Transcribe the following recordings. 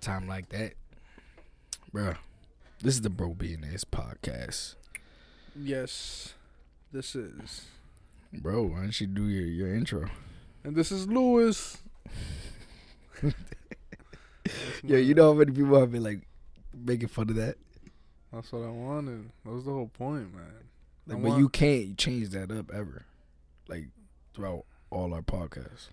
time like that, bro. This is the Bro Billionaires podcast, Yes, this is. bro. Why don't you do your, your intro? And this is Lewis. Yeah, you know how many people have been like making fun of that, That's what I wanted. That was the whole point, man. I like, but want- you can't change that up ever, like throughout all our podcasts.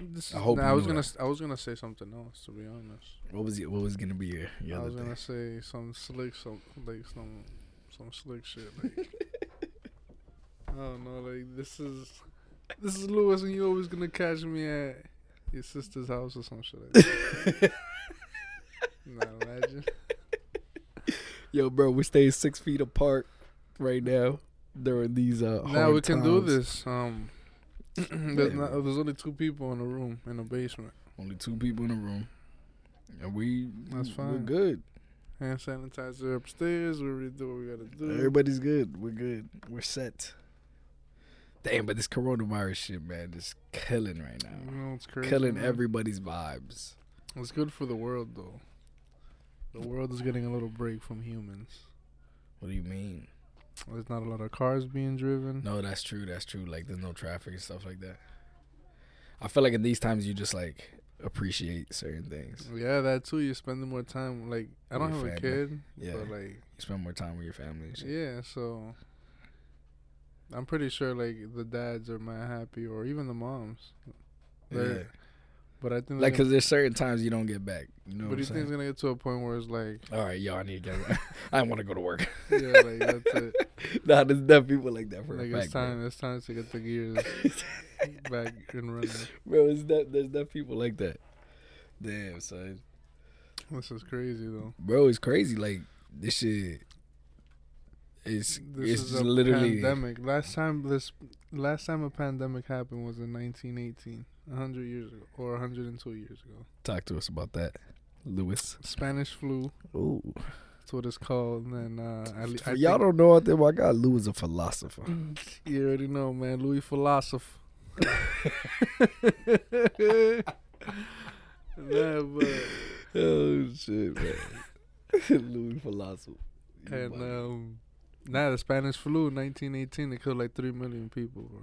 This is, I hope Nah, you I was knew gonna. that. s- I was gonna say something else. To be honest, What was it? What was gonna be your, your I other was thing? gonna say some slick, some like some, some slick shit. Like, I don't know. Like this is, this is Lewis, and you always gonna catch me at your sister's house or some shit. Like that. nah, imagine. Yo, bro, we stay six feet apart right now during these uh. Now hard we can do times. this. Um, there's, Yeah, not, bro. there's only two people in the room in the basement. Only two people in the room, and we That's We're fine. good. Hand sanitizer upstairs. We already do what we gotta do. Everybody's good. We're good. We're set. Damn, but this coronavirus shit, man, is killing right You now. know, it's crazy. killing man. everybody's vibes. It's good for the world though. The world is getting a little break from humans. What do you mean? There's not a lot of cars being driven. No, that's true. That's true. Like, there's no traffic and stuff like that. I feel like in these times, you just like appreciate certain things. Yeah, that too. You're spending more time. Like I don't With have your a family. kid, Yeah, Mm-hmm. but you like spend more time with your family. And shit. yeah, so I'm pretty sure like the dads are mad happy, or even the moms. They're- Yeah. But I think they're Like, gonna- cause there's certain times you don't get back. You know what But do I'm you think it's saying? gonna get to a point where it's like, All right, yo, I need to get. I want to go to work. yeah, like that's it. nah, there's definitely people like that for Like a fact. it's bro. time, it's time to get the gears back and running. Bro, it's not, there's not people like that. Damn, son. This is crazy though. Bro, it's crazy. Like, this shit. It's, This it's is just a literally. pandemic. Last time this, last time a pandemic happened was in 1918, 100 years ago, or 102 years ago. Talk to us about that, Lewis. Spanish flu, Ooh. that's what it's called. And then, uh, I, For y'all don't know out there, my God, Lou is a philosopher. don't. You already know, man. Louis philosopher. nah, but. oh, shit, man. Louis philosopher. You And wild. um, nah, the Spanish flu, in 1918, it killed like three million people, bro.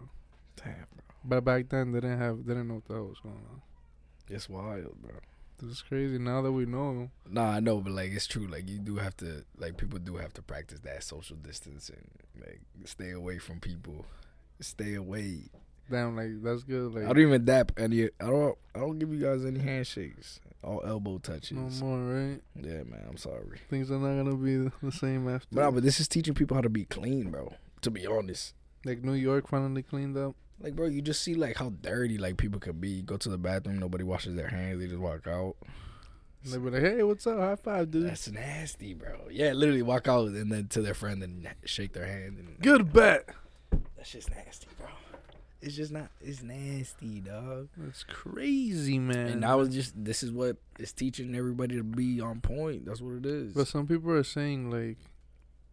Damn, bro. But back then, they didn't have, they didn't know what the hell was going on. It's wild, bro. This is crazy. Now that we know, Nah, I know, but like it's true. Like you do have to, like people do have to practice that social distancing, like stay away from people, stay away. damn, like that's good. I Like don't even dap any. I don't. I don't give you guys any handshakes, all elbow touches. no more, right? Yeah, man. I'm sorry, Things are not gonna be the same after. but nah, but this is teaching people how to be clean, bro. To be honest, like New York finally cleaned up. like bro, you just see like how dirty like people can be. You go to the bathroom, nobody washes their hands, they just walk out. They were like, "Hey, what's up? High five, dude. That's nasty, bro. Yeah, literally walk out and then to their friend and shake their hand and Good bet." That's just nasty, bro. It's just not. It's nasty, dog. That's crazy, man. And I was just. This is what it's teaching everybody to be on point. That's what it is. But some people are saying like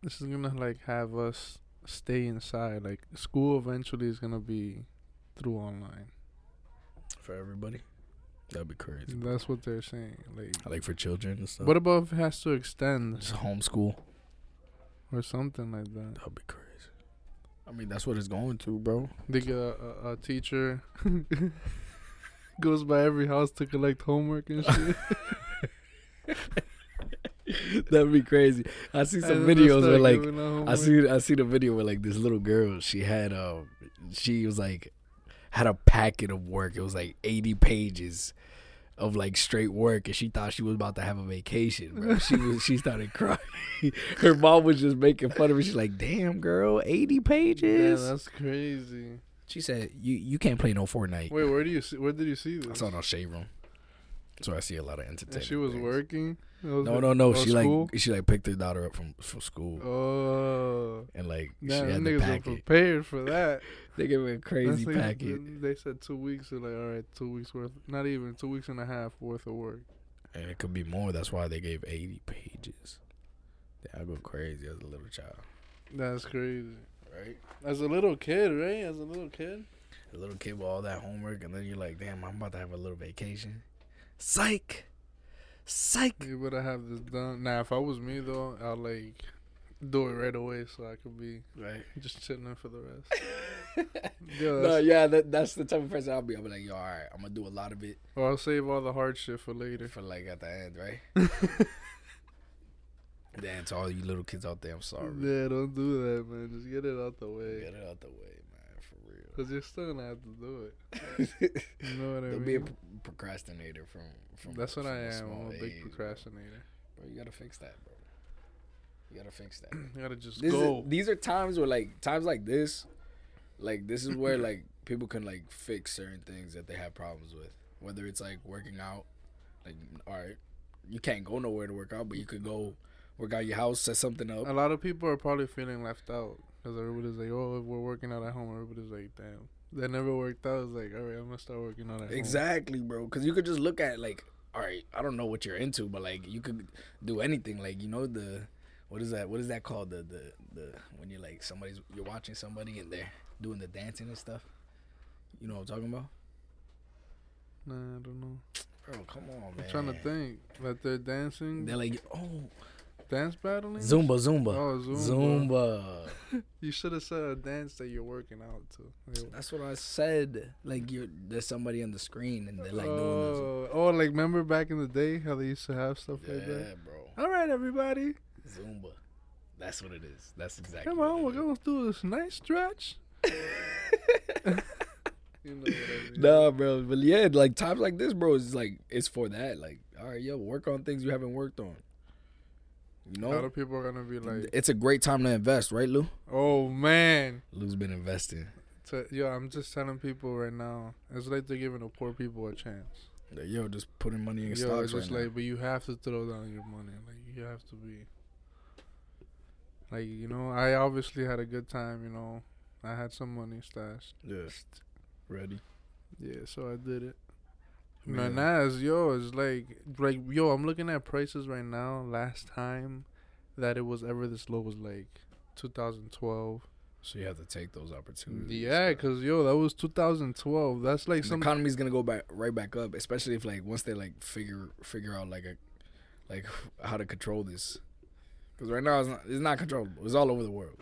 this is gonna like have us stay inside. Like school eventually is gonna be through online. for everybody, that'd be crazy. That's what they're saying. Like Like for children and stuff. what about if it has to extend Just homeschool. or something like that? That'd be crazy. I mean, that's what it's going to, bro. They get a, a, a teacher goes by every house to collect homework and shit. that'd be crazy. I see some And then they videos where start like giving out I homework. see I see the video where like this little girl she had um she was like had a packet of work. It was like eighty pages of like straight work and she thought she was about to have a vacation, bro. She was she started crying. Her mom was just making fun of her. She's like, damn girl, eighty pages. Yeah, that's crazy. she said, You you can't play no Fortnite. Wait, where do you see? Where did you see I this? saw it on Shade Room. So I see a lot of And entertainment. she was things. working. No, no, no. Oh, She school? like she like picked her daughter up from from school Oh. and like Nah, she them had the niggas were packet. prepared for that. They gave her a That's crazy like- packet. They said two weeks. They're like, all right, two weeks worth. Not even two weeks and a half worth of work. And it could be more. That's why they gave 80 pages. Yeah, I go crazy as a little child, That's crazy. right? As a little kid, right? As a little kid. A little kid with all that homework, and then you're like, damn, I'm about to have a little vacation. Psych! Psych. You better have this done. Now, if I was me though, I'd like do it right away so I could be Right. just chilling for the rest. Yo, no, that's- yeah, that, that's the type of person I'll be. I'll be like, yo, all right, I'm gonna do a lot of it Or I'll save all the hard shit for later. for like at the end, right? Damn, to all you little kids out there, I'm sorry. Yeah, don't do that, man. Just get it out the way. Get it out the way, man, for real. Cause you're still gonna have to do it. You Don't know what I mean? be a pro- procrastinator from from. That's what from I a am. small I'm a big age, procrastinator. Bro, you gotta fix that, bro. You gotta fix that. You gotta just This is- go. these are times where like times like this, like this is where like people can like fix certain things that they have problems with. Whether it's like working out, like all right, you can't go nowhere to work out, but you could go work out your house, set something a up. lot of people are probably feeling left out because everybody's like, "Oh, we're working out at home." Everybody's like, "Damn, that never worked out." It's like, "All right, I'm gonna start working out at Exactly, bro. Because you could just look at like, all right, I don't know what you're into, but like you could do anything. Like you know the, what is that? What is that called? The the the when you're like somebody's you're watching somebody and they're doing the dancing and stuff. You know what I'm talking about, home." Nah, I don't know. bro? Come on, I'm man. trying to think. Like they're dancing, They're like, oh, dance battling. Zumba, Zumba, Oh, Zumba. Zumba. You should have said a dance that you're working out to. Like, That's what I said. Like you're there's somebody on the screen and they're like doing oh, oh, like remember back in the day how they used to have stuff this. like that. Yeah, bro. All right, everybody, Zumba. That's what it is. That's exactly. come what on, it we're is. gonna do this nice stretch. You know what I mean? Nah, bro. But yeah, like times like this, bro, is like it's for that. Like, all right, yo, work on things you haven't worked on. You A lot know, of people are gonna be like, it's a great time to invest, right, Lou? "Oh man." Lou's been investing. To, yo, I'm just telling people right now. It's like they're giving the poor people a chance. Like, yo, just putting money in Yo, stocks it's just right like, but you have to throw down your money. Like you have to be. Like you know, I obviously had a good time. You know, I had some money stashed. now. Just ready. Yeah, so I did it. Man. Man, now it's yo, it's like like yo, I'm looking at prices right now. Last time that it was ever this low was like 2012. So you have to take those opportunities. Yeah, cause yo, that was 2012. That's like the some economy's gonna go back right back up, especially if like once they like figure figure out like a like how to control this. Because right now it's not it's not controllable. It's all over the world.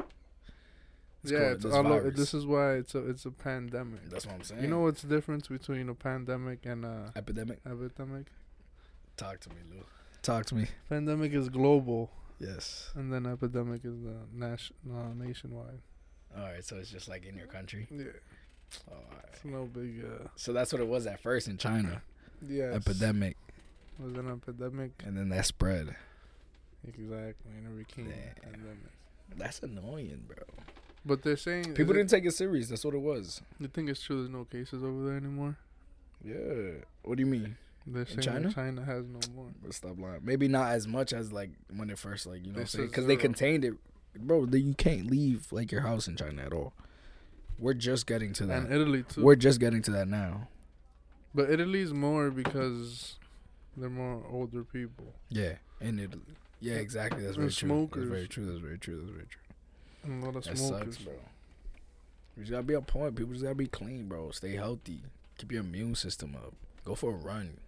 It's yeah, called it's this all o- virus. this is why it's a it's a pandemic. That's what I'm saying. You know what's the difference between a pandemic and a epidemic. epidemic? Talk to me, Lou. Talk to me. Pandemic is global, Yes. and then epidemic is the nation uh, nationwide. All right, so it's just like in your country. Oh, Yeah, All right. it's no big uh, So that's what it was at first in China, yeah epidemic, was an epidemic. and then that spread. Exactly, and it became Yeah. a pandemic. That's annoying, bro. But they're saying is People it- didn't take it serious. That's what it was. You think it's true? There's no cases over there anymore. Yeah. What do you mean? They're saying China? China? China has no more. But stop lying. Maybe not as much as like when it first like you know They because said they zero. contained it, bro. Then you can't leave like your house in China at all. We're just getting to And that. Italy too. We're just getting to that now. But Italy's more because they're more older people. Yeah, in Italy. Yeah, exactly. That's And very smokers. true. That's very true. That's very true. That's very true. And a lot of That smokers. sucks, bro. You just gotta be on point. People just gotta be clean, bro. Stay healthy. Keep your immune system up. Go for a run.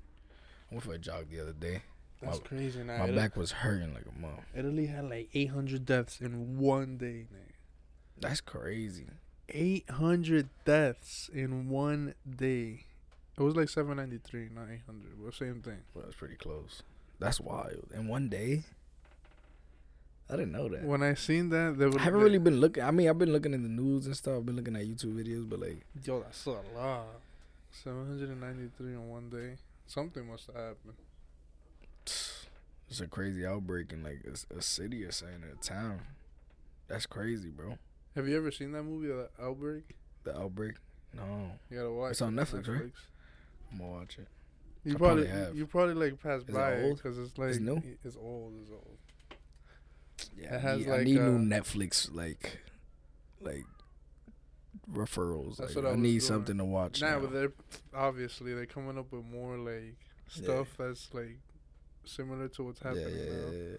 I went for a jog the other day. That's My- crazy. Now, My Italy, back was hurting like a month. Italy had like 800 deaths in one day. That's crazy. 800 deaths in one day. It was like 793, not 800, but same thing. Well, that's pretty close. That's wild. In one day, I didn't know that. When I seen that, they were I haven't really been looking. I mean, I've been looking in the news and stuff. I've been looking at YouTube videos, but like, Yo, that's a lot. 793 in one day. Something must have happened. it's a crazy outbreak in like a, s- a city or something, a town. That's crazy, bro. Have you ever seen that movie, The Outbreak? The outbreak. No, You gotta watch. It's on it. Netflix, right? I'm gonna watch it. You I probably probably, have. you probably like passed it by it old? because it's like new? It's old. It's old. Yeah, It I has, need, I like, need uh, new Netflix like, like referrals. That's like, what I I was need doing. something to watch. Nah, now. but they're obviously they're coming up with more like Yeah. stuff that's like similar to what's yeah, happening yeah, now. yeah, yeah.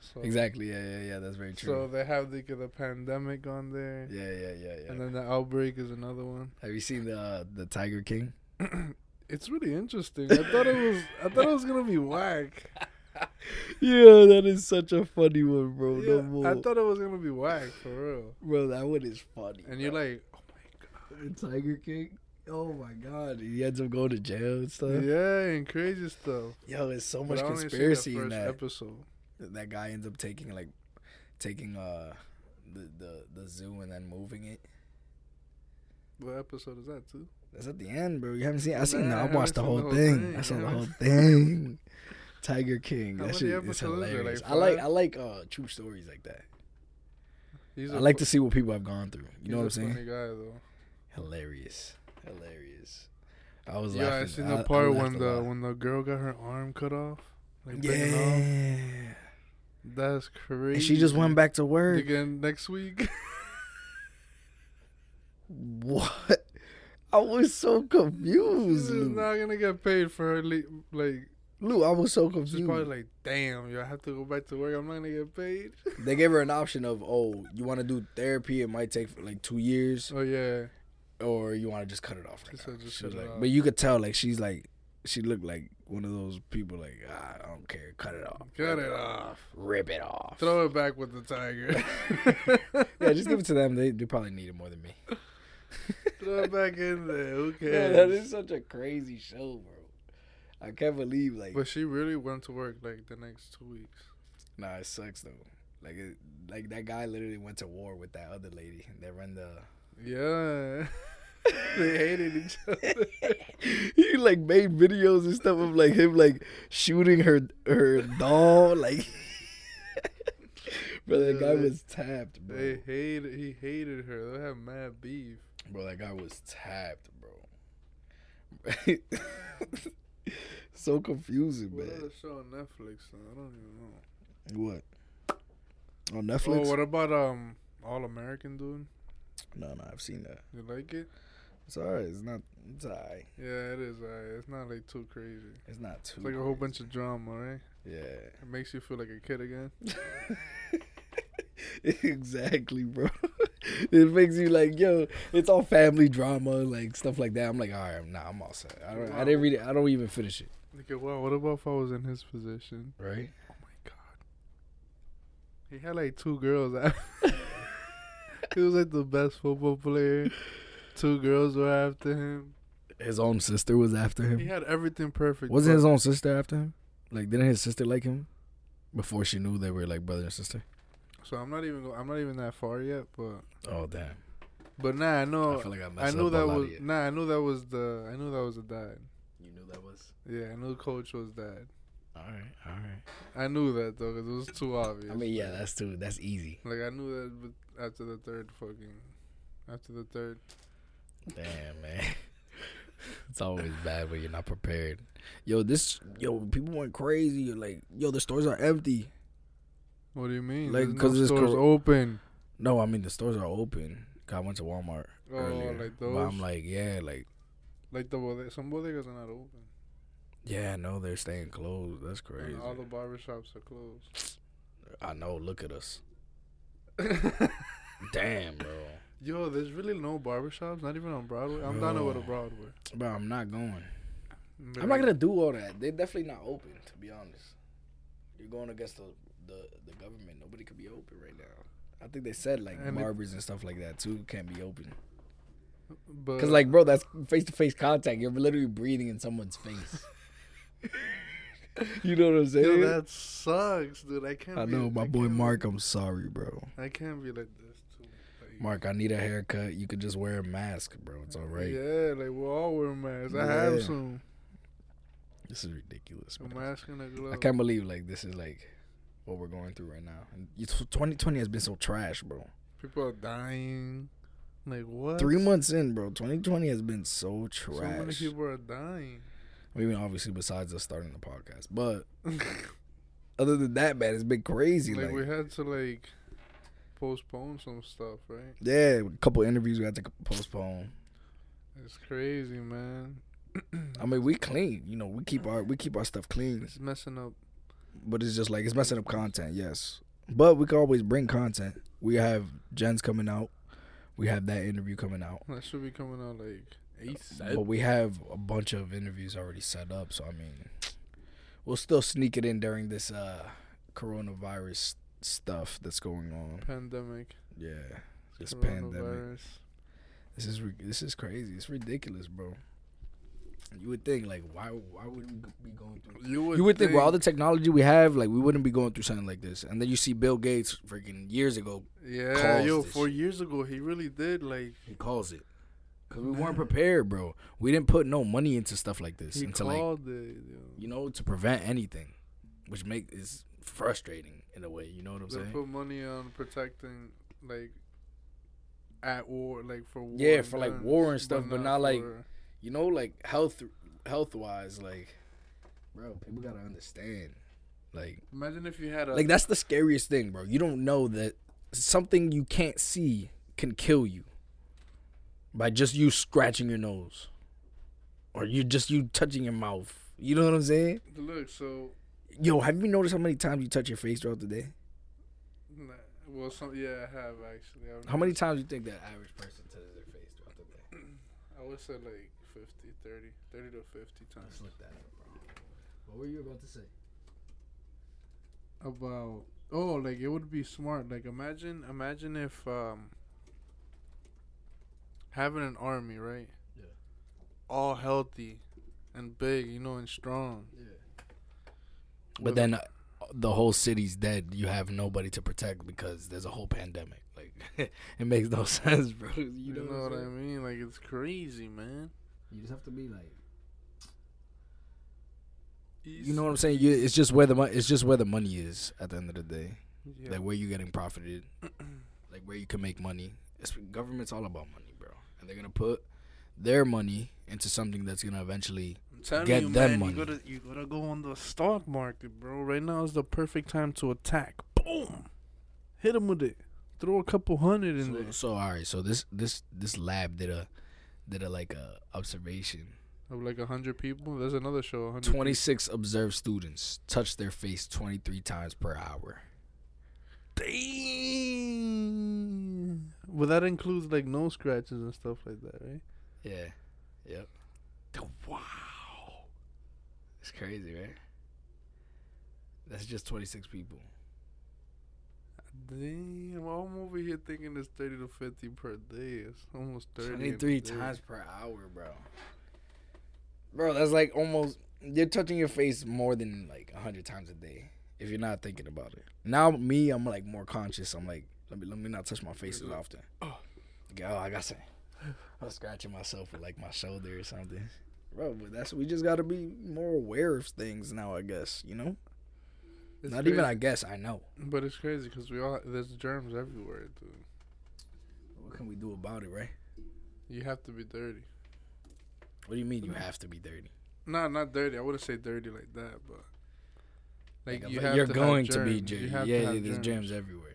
So, exactly. Yeah, yeah, yeah. That's very So true. they have the, the pandemic on there, yeah, yeah, yeah, yeah. and then the outbreak is another one. Have you seen the uh, the Tiger King? It's really interesting. I thought it was. I thought it was gonna be whack. Yeah, that is such a funny one, bro. no Yeah, more. I thought it was gonna be whack for real. bro, that one is funny. And you're bro. like, oh my Tiger King. Oh my god, he ends up going to jail and stuff. god, yeah, and crazy stuff. Yo, there's so But much I only seen the conspiracy in first that. episode. that guy ends up taking like taking uh the the, the zoo and then moving it. What episode is that too? That's at the end, bro. You haven't seen. I seen. Nah, I I haven't watched the seen whole, the whole thing. thing. I saw I the haven't whole thing. seen- Tiger King. How That many shit is episodes is there, like, hilarious. I like. five? I like uh true stories like that. He's I a like fu- to see what people have gone through. You know what I'm he's a saying? Funny guy though. Hilarious. Hilarious. I was Yeah, laughing. I seen I- the I part laughed when a the lot. when the girl got her arm cut off. Like bitten off. yeah. That's crazy. And she just went back to work. again next week. What? I was so She's confused. just Lou. not gonna get paid for her. Le- like Lou, I was so she's confused. probably like, damn, yo, I have to go back to work. I'm not gonna get paid. they gave her an option of, oh, you want to do therapy? It might take like two years, oh yeah, or you want to just cut it off. She Right said now. just She cut was it like, off. but you could tell, like, she's like, she looked like one of those people, like, ah, I don't care, cut it off, cut rip it off. rip it off. Throw it back with the tiger. yeah, just give it to them. They they probably need it more than me. Throw it back in there. Who Yeah, cares? that is such a crazy show, bro. I can't believe like but she really went to work like the next two weeks. Nah, it sucks though. Like, it, like that guy literally went to war with that other lady. They run the. Yeah, they hated each other. he like made videos and stuff of like him like shooting her her doll. Like, bro, that Yeah, guy they- was tapped, bro. They hated. He hated her. They had mad beef. Bro, that guy was tapped, bro. so confusing, What man. other show on Netflix? though? I don't even know. What? On Netflix? Oh, what about um All American dude? no, no, I've seen that. You like it? It's alright. It's not. It's alright. Yeah, it is. Alright. It's not like too crazy. It's not too. It's like a whole crazy. bunch of drama, right? Yeah. It makes you feel like a kid again. exactly, bro. it makes you like, yo, it's all family drama, like stuff like that. I'm like, all right, nah, I'm all set. I don't, I didn't read it. I don't even finish it. Like, wow, what about if I was in his position? Right? Oh my god. He had like two girls. after- he was like the best football player. Two girls were after him. His own sister was after He him. had everything perfect. Wasn't his own sister after him? Like, didn't his sister like him before she knew they were like brother and sister? So I'm not even. go- I'm not even that far yet. But Oh damn! but nah, I know. I feel like I Oh, I messed knew up that that a lot was of you. nah. I knew that was the. I knew that was the dad. You knew that was. Yeah, I knew coach was dad. All right, all right. I knew that though, cause it was too obvious. I mean, yeah, that's too. That's easy. like I knew that, but after the third fucking, after the third, Damn, man. it's always bad when you're not prepared. Yo, this yo, people went crazy. You're like, yo, the stores are empty. what do you mean? Like, There's 'cause no it's stores cor- open. No, I mean the stores are open. 'Cause I went to Walmart Oh, earlier, like but those? I'm like, yeah, like, Like the bodega, some bodegas are not open. yeah, no, they're staying closed. That's crazy. And all the barbershops are closed. I know. Look at us. Damn, bro. Yo, there's really no barbershops, not even on Broadway. I'm down over to Broadway. Bro, I'm not going. I'm not gonna do all that. They're definitely not open. To be honest, you're going against the the, the government. Nobody could be open right now. I think they said like And it- Uh, barbers and stuff like that too can't be open. But Cause like, bro, that's face to face contact. You're literally breathing in someone's face. you know what I'm yo, saying? that sucks, dude. I can't. I be- know, my boy can't be- Mark. I'm sorry, bro. I can't be like this too. Like, Mark, I need a haircut. You could just wear a mask, bro. It's all right. Yeah, like we're all wearing masks. I have Yeah. some. This is ridiculous. A man. mask and a glove. I can't believe like this is like what we're going through right now. And you- 2020 has been so trash, bro. People are dying. Like what? Three months in, bro. 2020 has been so So many trash. people are dying. I mean, obviously, besides us starting the podcast, but other than that, man, it's been crazy. like Like, we had to like postpone some stuff, right? yeah, a couple interviews we had to c- postpone. It's crazy, man. I mean, we clean. You know, we keep our we keep our stuff clean, It's messing up. but it's just like it's messing up content. Yes, but we can always bring content. We have Jen's coming out. We have that interview coming out. That should be coming out like ASAP. Uh, But we have a bunch of interviews already set up, so I mean, we'll still sneak it in during this uh coronavirus stuff that's going on. Pandemic. Yeah, this pandemic. Coronavirus. This is ri- this is crazy. It's ridiculous, bro. You would think like why why would we be going through? You would, You would think think with all the technology we have, like we wouldn't be going through something like this. And then you see Bill Gates freaking years ago Yeah, caused yo, this four shit. years ago, he really did. Like, he calls it because we weren't prepared, bro. We didn't put no money into stuff like this he into like called it. Yo. you know, to prevent anything, which make is frustrating in a way. You know what I'm They saying? put money on protecting, like, at war, like, for war. Yeah, and for, like, guns, war and stuff, but not, like, for- You know, like health health wise, like, bro, people gotta understand, like, Imagine if you had a. like that's the scariest thing, bro. You don't know that something you can't see can kill you by just you scratching your nose, or you just you touching your mouth. You know what I'm saying? Look, so. Yo, have you noticed how many times you touch your face throughout the day? nah, Well, some, yeah, I have, actually. I've How many times do you think that average person touches their face throughout the day? I would say, like, 50, 30, 30 to 50 times. look that up, bro. What were you about to say? about oh like it would be smart like imagine imagine if um having an army right Yeah. all healthy and big you know and strong But then uh, the whole city's dead. You have nobody to protect because there's a whole pandemic. Like it makes no sense, bro. you You know, know, what i mean? mean like it's crazy man You just have to be like You know what I'm saying? You, it's just where the money it's just where the money is at the end of the day. yeah. Like where you getting profited, like where you can make money. It's government's all about money, bro. And they're gonna put their money into something that's gonna eventually I'm telling get you, them man, money. you gotta you gotta go on the stock market bro right now is the perfect time to attack boom hit him with it throw a couple hundred in So, there so all right, so this this this lab did a did a like a observation. of like a hundred people there's another show 100 people. Twenty six observed students touched their face twenty three times per hour. Dang. Well, that includes like nose scratches and stuff like that, right? Yeah, yep. Wow, it's crazy, right? That's just twenty six people. Damn, well, I'm over here thinking it's 30 to 50 per day. It's almost 30. in a Twenty three day. times per hour, bro. Bro, that's like almost you're touching your face more than like hundred times a day if you're not thinking about it. Now me, I'm like more conscious. I'm like, let me let me not touch my face as often. Like, oh, I got something. I'm scratching myself with like my shoulder or something. Bro, but that's we just gotta be more aware of things now, I guess, you know? It's not crazy. even I guess, I know. But it's crazy because we all there's germs everywhere, dude. What can we do about it, right? You have to be dirty. What do you Mm. mean you have to be dirty? Nah, not dirty. I wouldn't say dirty like that, but like, you if have you're to going have to be germs. You dirty. Yeah, have to yeah, have there's germs. everywhere.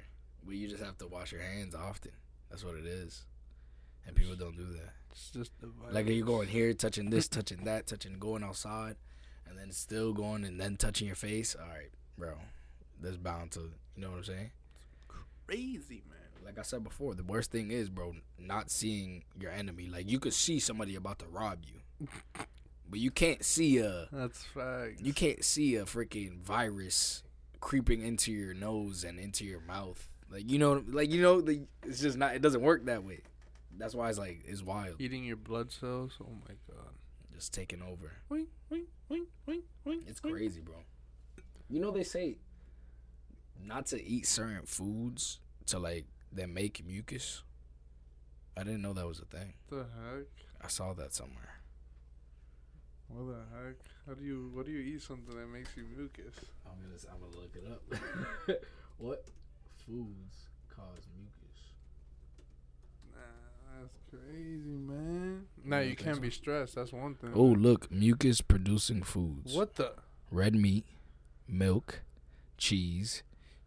But you just have to wash your hands often. That's what it is. And people don't do that. It's just the virus. Like you going here, touching this, touching that, touching going outside, and then still going and then touching your face. All right, bro. That's bound to you know what I'm saying? crazy, man. Like I said before, the worst thing is, bro, not seeing your enemy. Like you could see somebody about to rob you. But you can't see a That's facts. you can't see a freaking virus creeping into your nose and into your mouth. Like you know, like you know, the, it's just not. It doesn't work that way. That's why it's like it's wild, Eating your blood cells. Oh my god. just taking over. Wink, wink, wink, wink, wink. It's wink. crazy, bro. You know they say not to eat certain foods to like that make mucus. I didn't know that was a thing. the heck? I saw that somewhere. What the heck? How do you what do you eat something that makes you mucus? I'm gonna I'm gonna look it up. what foods cause mucus? Nah, that's crazy, man. Nah, don't you think can't so? be stressed. That's one thing. Oh, look, mucus producing foods. What the? red meat, milk, cheese,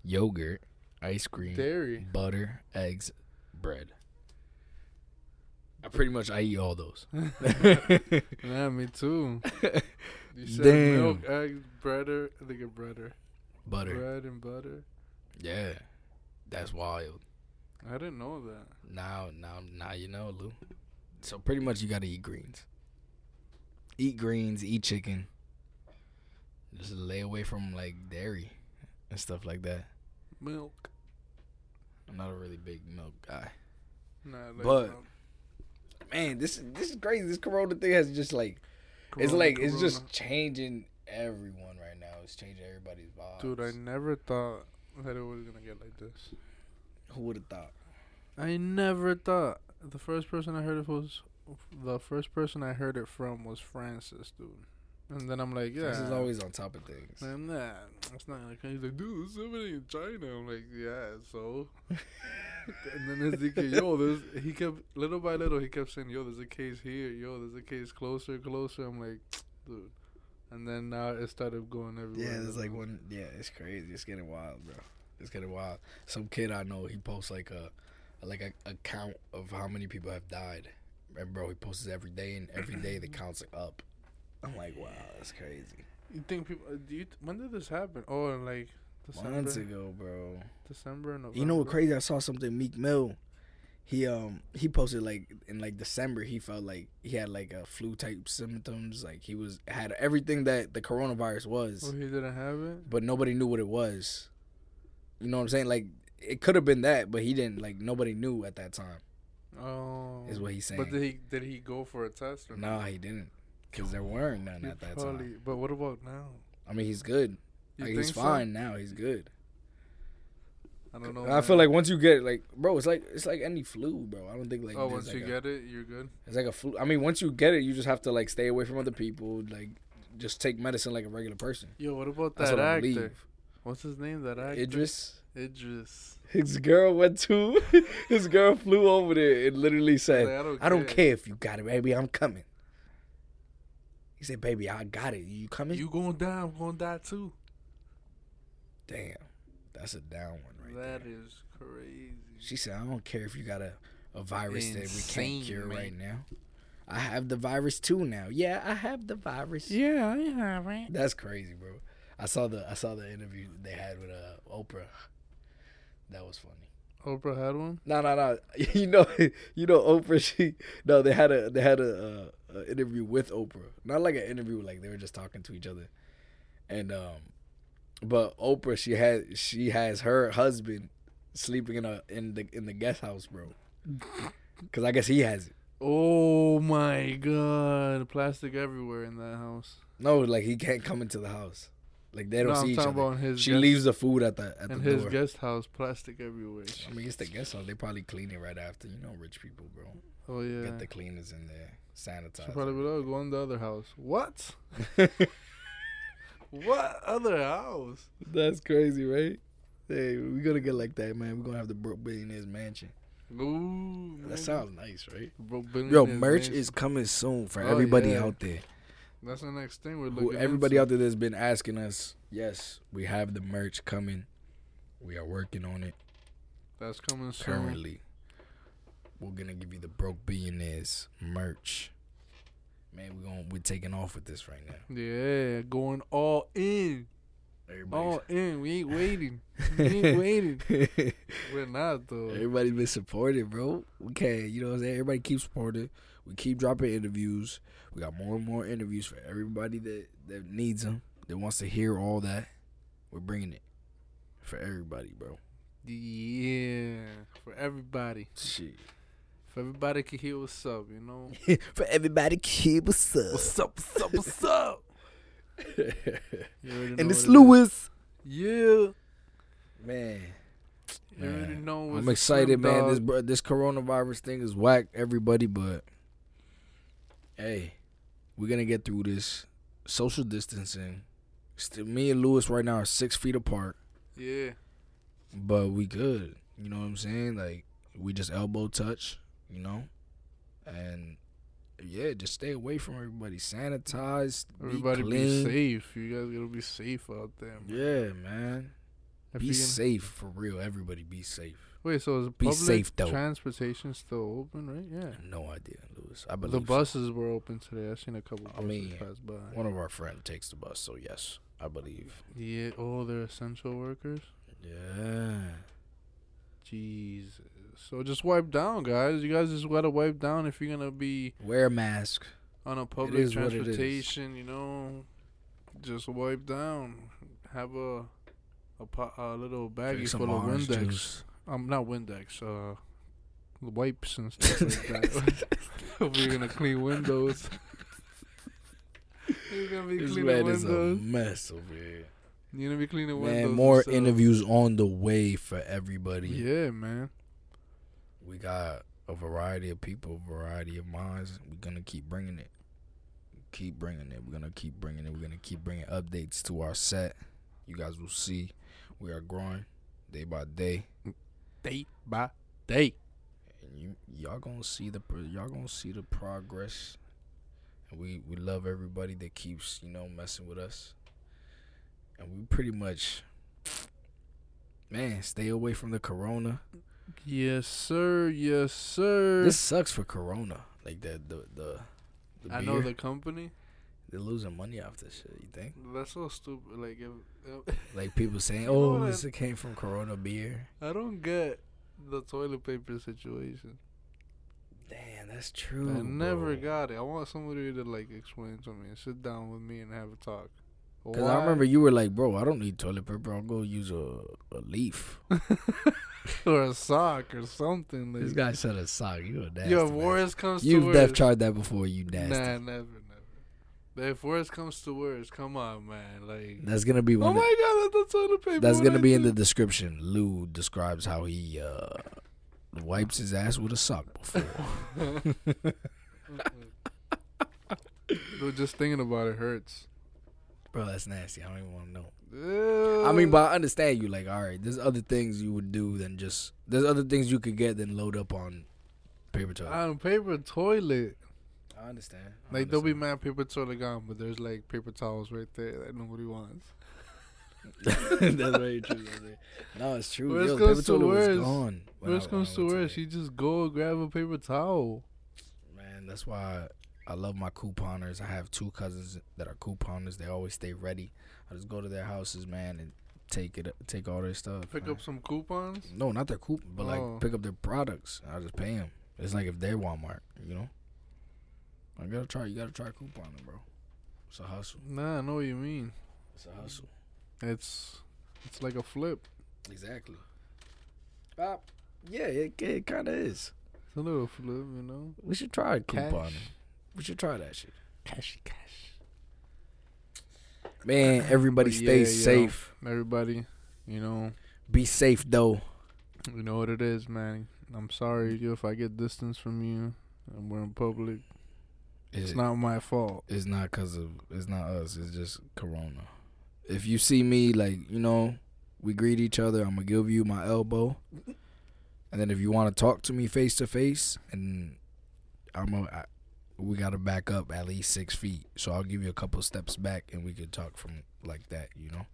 yogurt, ice cream, Dairy. butter, eggs, bread. I pretty much I eat all those. Nah, me too. You said Damn. milk, eggs, butter. I think it's butter. butter. Bread and butter. Yeah. That's wild. I didn't know that. Now now now you know, Lou. So pretty much you gotta eat greens. Eat greens, eat chicken. Just lay away from like dairy and stuff like that. Milk. I'm not a really big milk guy. Nah, like, But- um, Man, this is this is crazy. This corona thing has just like it's Corona, like it's Corona. just changing everyone right now. It's changing everybody's vibes. Dude, I never thought that it was gonna get like this. who would have thought? I never thought. The first person I heard it was, the first person I heard it from was Francis, dude. And then I'm like, yeah, This is always on top of things. I'm not. It's not like he's like, dude, this is happening in China. I'm like, yeah, so. and then there's the kid, yo, there's he kept little by little he kept saying, yo, there's a case here, yo, there's a case closer, closer. I'm like, dude. And then now it started going everywhere. Yeah, it's like one. Yeah, it's crazy. It's getting wild, bro. It's getting wild. Some kid I know, he posts like a, like a, a count of how many people have died, and bro, he posts this every day, and every day the counts are up. I'm like, wow, that's crazy. You think people? Do you? When did this happen? Oh, in like December, Months ago, bro. December, and November. You know what crazy? I saw something Meek Mill. He um he posted like in like December he felt like he had like a flu type symptoms like he was had everything that the coronavirus was. Oh, he didn't have it. but nobody knew what it was. You know what I'm saying? Like it could have been that, but he didn't. Like nobody knew at that time. Oh, Is what he's saying. But did he did he go for a test or No, not? he didn't, because there weren't none He at that time. probably- But what about now? I mean, he's good. You Like he's think so? fine now. He's good. I don't know. I feel man. like once you get like, bro, it's like it's like any flu, bro. I don't think like oh, there's, once like, you a- get it, you're good. it's like a flu. I mean, once you get it, you just have to like stay away from other people. Like just take medicine like a regular person. Yo, what about That's that what I actor? believe. What's his name? That actor. Idris. Idris. His girl went to his girl flew over there and literally He's said, like, I don't. I don't care if you got it, baby. I'm coming. He said, baby, I got it. You coming? You gonna die? I'm gonna die too. Damn. That's a down one right That is there. crazy. She said, I don't care if you got a, a virus that we Insane, can't cure man. right now. I have the virus too now. Yeah, I have the virus. Yeah, I have it. That's crazy, bro. I saw the I saw the interview they had with uh, Oprah. That was funny. Oprah had one. No, no, no. You know, you know, Oprah. She no, they had a they had a, uh, a interview with Oprah. Not like an interview, like they were just talking to each other. And um, but Oprah, she had she has her husband sleeping in a in the in the guest house, bro. Cause I guess he has it. Oh my god! Plastic everywhere in that house. No, like he can't come into the house. Like they don't no, see I'm each talking other. about in his She guest, leaves the food at the at the in his door. guest house. Plastic everywhere. I mean, it's the guest house. They probably clean it right after. You know, rich people, bro. Oh yeah. Get the cleaners in there, She sanitize. probably would oh, go in the other house. What? What other house? That's crazy, right? Hey, we're gonna get like that, man. We're gonna have the broke billionaire's mansion. Ooh, man. That sounds nice, right? Bro, Bentley Yo, is merch nice. is coming soon for Oh, everybody yeah. out there. That's the next thing we're Who, looking. everybody into. out there that's been asking us, yes, we have the merch coming. We are working on it That's coming soon. currently. We're gonna give you the broke billionaires merch. Man, we're going to we're taking off with this right now. Yeah, going all in, Everybody's, all in. Oh, We ain't waiting. We ain't waiting. We're not though. Everybody's been supportive, bro. We can, you know what I'm saying? Everybody keeps supporting. We keep dropping interviews. We got more and more interviews for everybody that, that needs them, that wants to hear all that. We're bringing it for everybody, bro. Yeah, for everybody. Shit. If everybody can hear what's up, you know. for everybody, keep what's up. What's up? What's up? What's up? You already know and it's what it is. Lewis. Yeah. Man, You already Man, know. what's I'm excited, up, man. dog. This bro, this coronavirus thing is whack everybody, but hey, we're gonna get through this. Social distancing. Still, me and Lewis right now are six feet apart, Yeah. but we good. You know what I'm saying? Like we just elbow touch, you know, and yeah, just stay away from everybody. Sanitize. Everybody be be, clean. safe. You guys gotta be safe out there. Man. Yeah, man. If Be you can- safe for real. Everybody be safe. Wait, so is Be public safe, though. transportation still open, right? I Yeah. have no idea, Lewis. I the believe so. buses were open today. I've seen a couple I buses mean, pass by. One of our friend takes the bus, so yes, I believe. Yeah, oh, they're essential workers? Yeah. Jesus. So just wipe down, guys. You guys just gotta wipe down if you're gonna be Wear a mask. on a public is what it is. transportation. You know, just wipe down. Have a a, po- a little baggie Drink some full of orange Windex. juice. I'm not Windex. Uh, wipes and stuff like that. We're gonna clean windows. You're gonna be This cleaning man is a windows. mess over here. You're gonna be cleaning windows. Man, and more stuff. interviews on the way for everybody. Yeah, man. We got a variety of people, a variety of minds. We're gonna keep bringing it. Keep bringing it. We're gonna keep bringing it. We're gonna keep bringing updates to our set. You guys will see. We are growing day by day, Day by day. and you y'all gonna see the pro- y'all gonna see the progress. And we we love everybody that keeps you know messing with us, and we pretty much, man, stay away from the corona. Yes, sir. Yes, sir. This sucks for Corona. Like the the the. the I know beer. the company. they're losing money off this shit. You think? That's so stupid. Like, if, Like people saying, You know "Oh, what this came from Corona beer." I don't get the toilet paper situation. Damn, that's true. I never Oh, bro. got it. I want somebody to like explain to me and sit down with me and have a talk. Cause I Why- remember you were like, "Bro, I don't need toilet paper. I'll go use a, a leaf." or a sock or something. this Like, guy said a sock. You a nasty. yo, if man. worst comes to You've worst. def tried that before. You nasty. Nah, never, never. But if worst comes to worst, come on, man. Like, That's gonna be oh one. of- my god, that's the toilet paper. that's what gonna I be in the did. description. Lou describes how he uh, wipes his ass with a sock before. Dude, just thinking about it hurts. Bro, that's nasty. I don't even want to know. I mean, Ew. but I understand you. Like, all right, there's other things you would do than just. There's other things you could get than load up on paper toilet. I, on Um, paper toilet. understand. I Like there'll be understand. mad paper toilet gone, but there's like paper towels right there that nobody wants. That's very true. that's very- No, it's true. Worst Yo, comes paper to toilet was worst. gone. when Worst I- when I comes to went worst, there. you just go grab a paper towel. Man, that's why I love my couponers. I have two cousins that are couponers. They always stay ready. I just go to their houses, man, and take it, take all their stuff. Pick man. up some coupons. No, not their coupon, but Oh. like pick up their products. I just pay them. It's like if they're Walmart, you know. I gotta try. You gotta try couponing, bro. It's a hustle. Nah, I know what you mean. It's a hustle. It's it's like a flip. Exactly. Uh, yeah, it, it kind of is. It's a little flip, you know. We should try Cash. couponing. We should try that shit. Cash, cash. Man, everybody But stay yeah, yo. safe. Everybody, you know, Be safe though. you know what it is, man. I'm sorry yo, if I get distance from you and we're in public. It's It- not my fault. It's not because of. It's not us. It's just Corona. If you see me, like you know, we greet each other. I'm gonna give you my elbow, and then if you want to talk to me face to face, and I'm a, I, we gotta back up at least six feet. So I'll give you a couple steps back, and we could talk from like that. You know,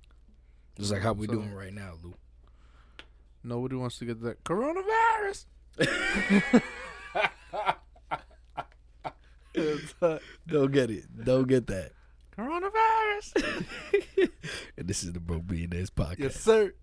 just like how we So- doing right now, Lou. Nobody wants to get that coronavirus. Don't get it. Don't get that. Coronavirus. And this is the Broke Billionaires podcast. yes, sir.